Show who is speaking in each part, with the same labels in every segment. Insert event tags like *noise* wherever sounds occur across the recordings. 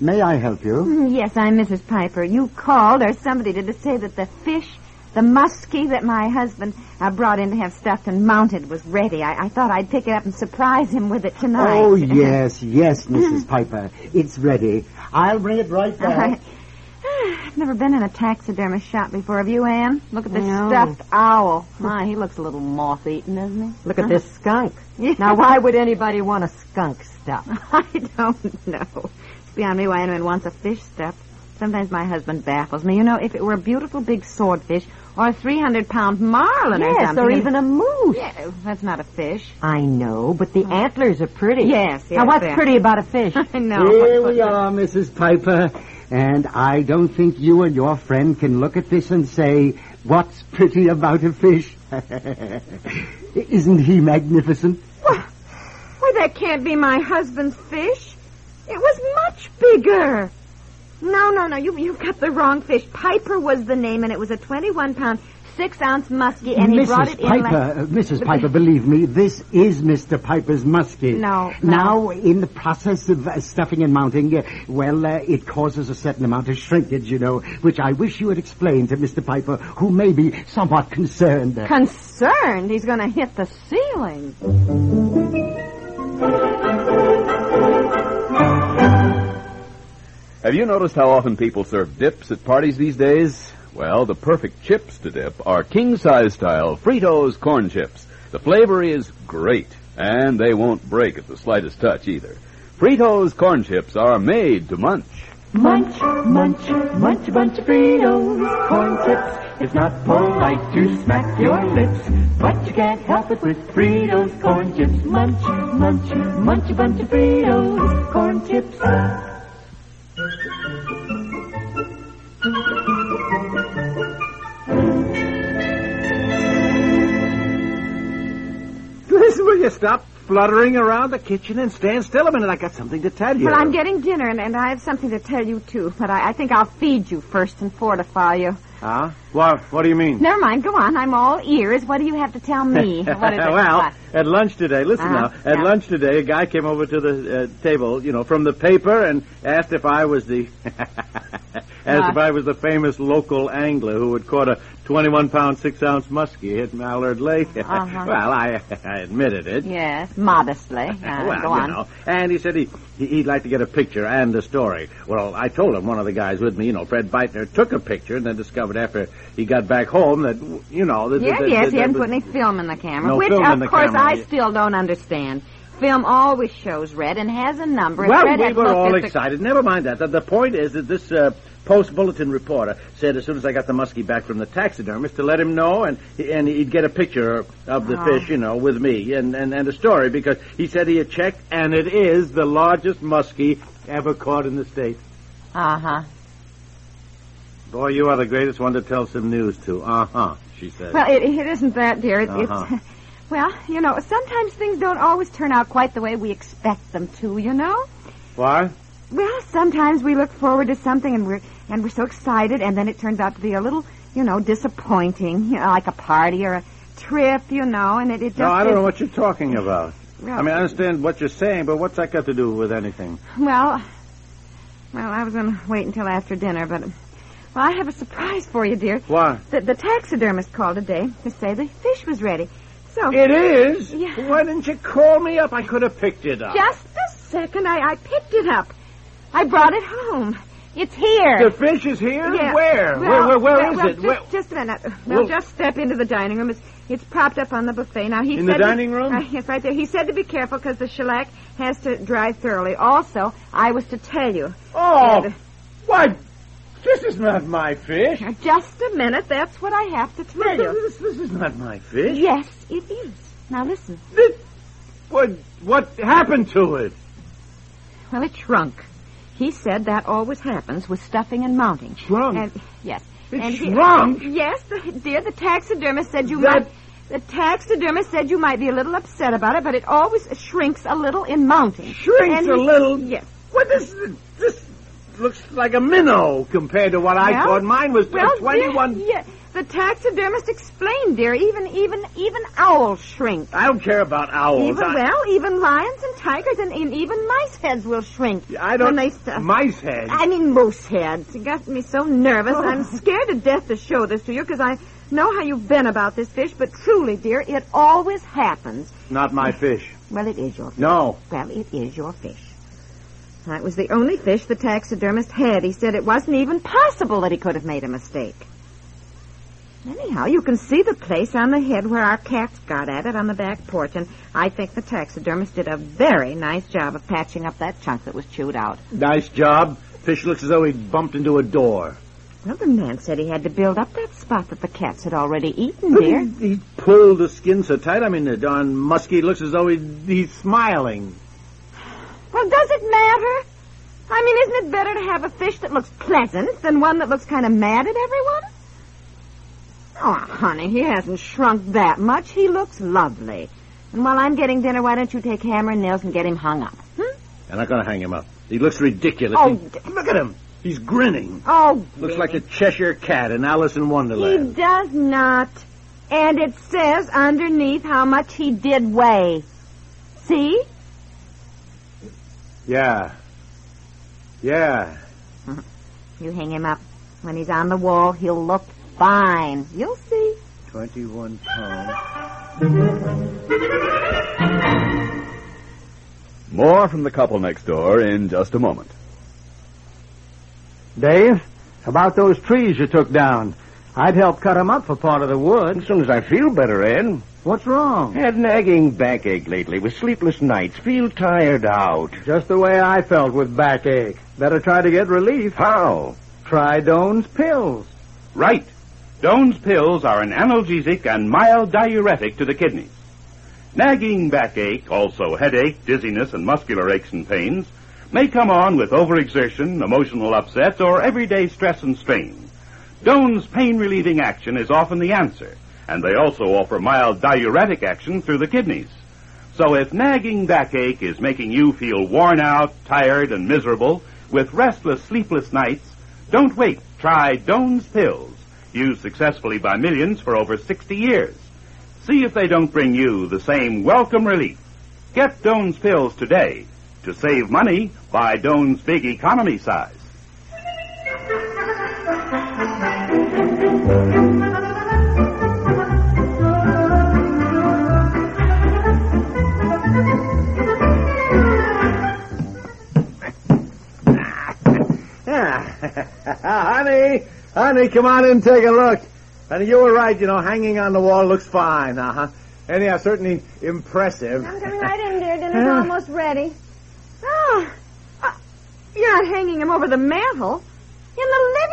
Speaker 1: May I help you?
Speaker 2: Mm, Yes, I'm Mrs. Piper. You called or somebody did to say that the fish, the muskie that my husband uh, brought in to have stuffed and mounted was ready. I, I thought I'd pick it up and surprise him with it tonight.
Speaker 1: Oh, yes, yes, Mrs. Piper. It's ready. I'll bring it right
Speaker 2: All
Speaker 1: back.
Speaker 2: right. *sighs* I've never been in a taxidermist shop before. Have you, Anne? Look at this stuffed owl.
Speaker 3: My, he looks a little moth-eaten, doesn't he? Look
Speaker 2: Uh-huh.
Speaker 3: at this skunk.
Speaker 2: *laughs* Yeah.
Speaker 3: Now, why would anybody want a skunk stuff?
Speaker 2: *laughs* I don't know. It's beyond me why anyone wants a fish stuffed. Sometimes my husband baffles me. You know, if it were a beautiful big swordfish or a 300-pound marlin or
Speaker 3: yes,
Speaker 2: something.
Speaker 3: or even a moose.
Speaker 2: *laughs*
Speaker 3: Hmm.
Speaker 2: Yeah, that's not a fish. *laughs*
Speaker 3: I know, but the antlers are pretty.
Speaker 2: Yes, yes,
Speaker 3: Now, what's
Speaker 2: they are.
Speaker 3: pretty about a *laughs* fish?
Speaker 2: I know.
Speaker 1: Here we are, Mrs. Piper. And I don't think you and your friend can look at this and say, what's pretty about a fish? *laughs* Isn't he magnificent?
Speaker 2: Why, that can't be my husband's fish. It was much bigger. No, no, no. You, you've got the wrong fish. Piper was the name, and it was a 21 pound, 6 ounce muskie, and he brought
Speaker 1: Mrs.
Speaker 2: it
Speaker 1: Piper,
Speaker 2: in. Like...
Speaker 1: uh, Mrs. Piper, believe me, this is Mr. Piper's muskie.
Speaker 2: No, no.
Speaker 1: Now, in the process of uh, stuffing and mounting, uh, well, uh, it causes a certain amount of shrinkage, you know, which I wish you would explain to Mr. Piper, who may be somewhat concerned.
Speaker 2: Concerned, he's going to hit the ceiling.
Speaker 4: Have you noticed how often people serve dips at parties these days? Well, the perfect chips to dip are king size style Fritos corn chips. The flavor is great, and they won't break at the slightest touch either. Fritos corn chips are made to munch.
Speaker 5: Munch, munch, munch a bunch of Fritos, corn chips. It's not polite to smack your lips, but you can't help it with Fritos, corn chips. Munch, munch, munch a bunch of Fritos, corn chips.
Speaker 6: Listen, will you stop fluttering around the kitchen and stand still a minute? I got something to tell you.
Speaker 2: Well, I'm getting dinner, and, and I have something to tell you, too. But I, I think I'll feed you first and fortify you.
Speaker 6: Huh? Well, what do you mean?
Speaker 2: Never mind. Go on. I'm all ears. What do you have to
Speaker 6: *laughs*
Speaker 2: tell me? What is it?
Speaker 6: well,
Speaker 2: What?
Speaker 6: at lunch today, listen
Speaker 2: Uh-huh.
Speaker 6: now. At
Speaker 2: Yeah.
Speaker 6: lunch today, a guy came over to the uh, table, you know, from the paper and asked if I was the *laughs* asked
Speaker 2: Uh-huh.
Speaker 6: if I was the famous local angler who had caught a 21 pound 6 ounce muskie at Mallard Lake. *laughs*
Speaker 2: Uh-huh.
Speaker 6: well, I *laughs* I admitted it.
Speaker 2: Yes,
Speaker 6: *laughs*
Speaker 2: modestly. Uh,
Speaker 6: well,
Speaker 2: go
Speaker 6: you
Speaker 2: on.
Speaker 6: know. And he said he, he- he'd like to get a picture and a story. Well, I told him one of the guys with me, you know, Fred Beitner, took a picture and then discovered after he got back home that, you know, that.
Speaker 2: Yeah,
Speaker 6: that-
Speaker 2: yes,
Speaker 6: that-
Speaker 2: he hadn't
Speaker 6: that
Speaker 2: put
Speaker 6: was-
Speaker 2: any film in the camera,
Speaker 6: No
Speaker 2: which,
Speaker 6: film
Speaker 2: of
Speaker 6: in the
Speaker 2: course,
Speaker 6: camera,
Speaker 2: I
Speaker 6: yeah.
Speaker 2: still don't understand. Film always shows red and has a number. If
Speaker 6: Well,
Speaker 2: red
Speaker 6: we
Speaker 2: had
Speaker 6: were
Speaker 2: looked
Speaker 6: all
Speaker 2: at the-
Speaker 6: excited. Never mind that. The, the point is that this uh, post bulletin reporter said as soon as I got the muskie back from the taxidermist to let him know, and and he'd get a picture of the
Speaker 2: Oh.
Speaker 6: fish, you know, with me and, and and a story because he said he had checked and it is the largest muskie ever caught in the state.
Speaker 2: Uh-huh.
Speaker 6: Boy, you are the greatest one to tell some news to. Uh huh, she said.
Speaker 2: Well, it, it isn't that, dear. It,
Speaker 6: Uh-huh.
Speaker 2: It's, *laughs* well, you know, sometimes things don't always turn out quite the way we expect them to, you know?
Speaker 6: Why?
Speaker 2: Well, sometimes we look forward to something and we're, and we're so excited, and then it turns out to be a little, you know, disappointing, *laughs* you know, like a party or a trip, you know, and it, it just
Speaker 6: No, I don't know
Speaker 2: is-
Speaker 6: what you're talking about.
Speaker 2: Well,
Speaker 6: I mean, I understand what you're saying, but what's that got to do with anything?
Speaker 2: Well, well, I was going to wait until after dinner, but um, well, I have a surprise for you, dear.
Speaker 6: Why?
Speaker 2: The, the taxidermist called today to say the fish was ready. So
Speaker 6: It is.
Speaker 2: Yeah.
Speaker 6: Why didn't you call me up? I could have picked it up.
Speaker 2: just a second, I, I picked it up. I brought it home. It's
Speaker 6: The
Speaker 2: here.
Speaker 6: fish is here.
Speaker 2: Yeah.
Speaker 6: Where?
Speaker 2: Well,
Speaker 6: where? Where, where
Speaker 2: well,
Speaker 6: is
Speaker 2: well,
Speaker 6: it?
Speaker 2: Just,
Speaker 6: Where-
Speaker 2: just a minute. Well,
Speaker 6: Well-
Speaker 2: just step into the dining room. It's, it's propped up on the buffet. Now he
Speaker 6: In
Speaker 2: said
Speaker 6: the
Speaker 2: to-
Speaker 6: dining room?
Speaker 2: Uh, yes, right there. He said to be careful because the shellac has to dry thoroughly. Also, I was to tell you.
Speaker 6: Oh,
Speaker 2: Yeah.
Speaker 6: why? This is not my fish.
Speaker 2: Now, just a minute. That's what I have to tell you. *laughs*
Speaker 6: This, this is not my fish.
Speaker 2: Yes, it is. Now listen.
Speaker 6: This- what? What happened to it?
Speaker 2: Well, it shrunk. He said that always happens with stuffing and mounting.
Speaker 5: Shrunk.
Speaker 2: And, yes.
Speaker 5: It's
Speaker 2: and he-
Speaker 5: shrunk?
Speaker 2: yes, the, dear. The taxidermist said you
Speaker 5: That-
Speaker 2: might. The taxidermist said you might be a little upset about it, but it always shrinks a little in mounting.
Speaker 5: Shrinks
Speaker 2: And
Speaker 5: a
Speaker 2: he-
Speaker 5: little?
Speaker 2: Yes.
Speaker 5: Well, this this looks like a minnow compared to what I
Speaker 2: Well-
Speaker 5: thought mine was.
Speaker 2: Well,
Speaker 5: Twenty-one.
Speaker 2: dear, yeah, the taxidermist explained, dear. Even even even owls shrink.
Speaker 5: I don't care about owls.
Speaker 2: even
Speaker 5: I,
Speaker 2: well, even lions and tigers and, and even mice heads will shrink
Speaker 5: I don't.
Speaker 2: when they stuff.
Speaker 5: Mice head.
Speaker 2: I mean, moose head. You got me so nervous. I'm scared to death to show this to you because I know how you've been about this fish, but truly, dear, it always happens.
Speaker 6: Not my fish.
Speaker 2: Well, it is your fish.
Speaker 6: No.
Speaker 2: Well, it is your fish. That was the only fish the taxidermist had. He said it wasn't even possible that he could have made a mistake. Anyhow, you can see the place on the head where our cats got at it on the back porch, and I think the taxidermist did a very nice job of patching up that chunk that was chewed out.
Speaker 6: Nice job. Fish looks as though he bumped into a door.
Speaker 2: Well, the man said he had to build up that spot that the cats had already eaten, dear.
Speaker 6: He, he pulled the skin so tight. I mean, the darn muskie looks as though he, he's smiling.
Speaker 2: Well, does it matter? I mean, isn't it better to have a fish that looks pleasant than one that looks kind of mad at everyone? Oh, honey, he hasn't shrunk that much. He looks lovely. And while I'm getting dinner, why don't you take hammer and nails and get him hung up? Hmm?
Speaker 6: I'm not going to hang him up. He looks ridiculous.
Speaker 2: Oh,
Speaker 6: He-
Speaker 2: d-
Speaker 6: look at him. He's grinning.
Speaker 2: Oh,
Speaker 6: Looks like a Cheshire cat in Alice in Wonderland.
Speaker 2: He does not. And it says underneath how much he did weigh. See?
Speaker 6: Yeah. Yeah.
Speaker 2: You hang him up. When he's on the wall, he'll look fine. You'll see.
Speaker 6: 21 pounds.
Speaker 4: More from the couple next door in just a moment.
Speaker 1: Dave, about those trees you took down. I'd help cut 'em up for part of the wood.
Speaker 7: As soon as I feel better, Ed.
Speaker 1: What's
Speaker 6: *laughs*
Speaker 1: wrong?
Speaker 7: Had nagging backache lately with sleepless nights. Feel tired out.
Speaker 1: Just the way I felt with backache. Better try to get relief.
Speaker 7: How?
Speaker 1: Try Doan's pills.
Speaker 7: Right. Doan's pills are an analgesic and mild diuretic to the kidneys. Nagging backache, also headache, dizziness, and muscular aches and pains, may come on with overexertion, emotional upsets, or everyday stress and strain. Doan's pain relieving action is often the answer, and they also offer mild diuretic action through the kidneys. So if nagging backache is making you feel worn out, tired, and miserable, with restless, sleepless nights, don't wait. Try Doan's Pills, used successfully by millions for over 60 years. See if they don't bring you the same welcome relief. Get Doan's Pills today. To save money, buy Doan's Big Economy Size.
Speaker 6: *laughs* honey, honey, come on in and take a look. And you were right, you know, hanging on the wall looks fine, uh-huh. Anyhow, certainly impressive.
Speaker 2: I'm coming right in, dear. Dinner's almost ready. Oh, uh, you're not hanging him over the mantel? In the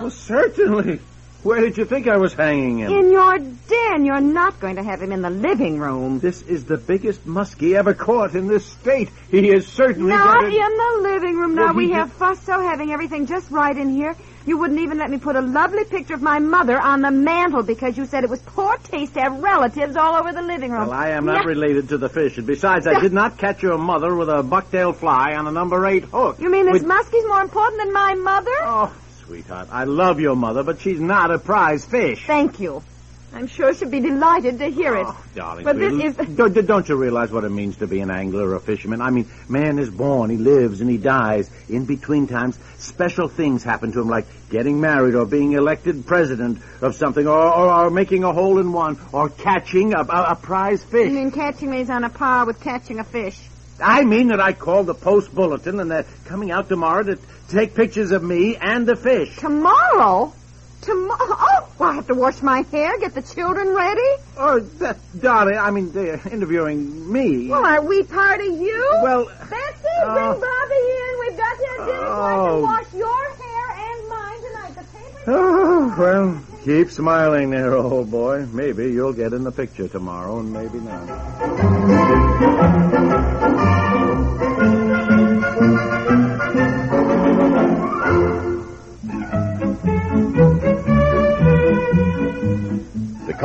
Speaker 6: Well,
Speaker 2: living
Speaker 6: certainly. Where did you think I was hanging him?
Speaker 2: room? In your den. You're not going to have him in the living room.
Speaker 6: This is the biggest muskie ever caught in this state. He is certainly
Speaker 2: Not
Speaker 6: gonna-
Speaker 2: in the living room. Now,
Speaker 6: Well, he
Speaker 2: we
Speaker 6: did-
Speaker 2: have fussed so having everything just right in here. You wouldn't even let me put a lovely picture of my mother on the mantel because you said it was poor taste to have relatives all over the living room.
Speaker 6: Well, I am not
Speaker 2: Yeah.
Speaker 6: related to the fish, and besides, I did not catch your mother with a bucktail fly on a number eight hook.
Speaker 2: You mean this
Speaker 6: With-
Speaker 2: muskie's more important than my mother?
Speaker 6: Oh, sweetheart, I love your mother, but she's not a prize fish.
Speaker 2: Thank you. I'm sure she'll be delighted to hear it.
Speaker 6: Oh, darling,
Speaker 2: But this
Speaker 6: please.
Speaker 2: is-
Speaker 6: Don't, don't you realize what it means to be an angler or a fisherman? I mean, man is born, he lives, and he dies. In between times, special things happen to him, like getting married or being elected president of something, or, or, or making a hole in one, or catching a, a, a prize
Speaker 2: You
Speaker 6: fish.
Speaker 2: mean catching me is on a par with catching a fish?
Speaker 6: I mean that I called the post bulletin, and they're coming out tomorrow to take pictures of me and the fish.
Speaker 2: Tomorrow? Tomorrow? Oh, well, I have to wash my hair, get the children ready.
Speaker 6: Oh, that, darling, I mean, they're interviewing me.
Speaker 2: Well, are we part of you?
Speaker 6: Well,
Speaker 2: Betsy,
Speaker 6: uh,
Speaker 2: bring Bobby in. We've got to have dinner so I
Speaker 6: oh.
Speaker 2: can wash your hair and mine tonight. The paper.
Speaker 6: Oh, well, keep smiling there, old boy. Maybe you'll get in the picture tomorrow, and maybe not.
Speaker 4: The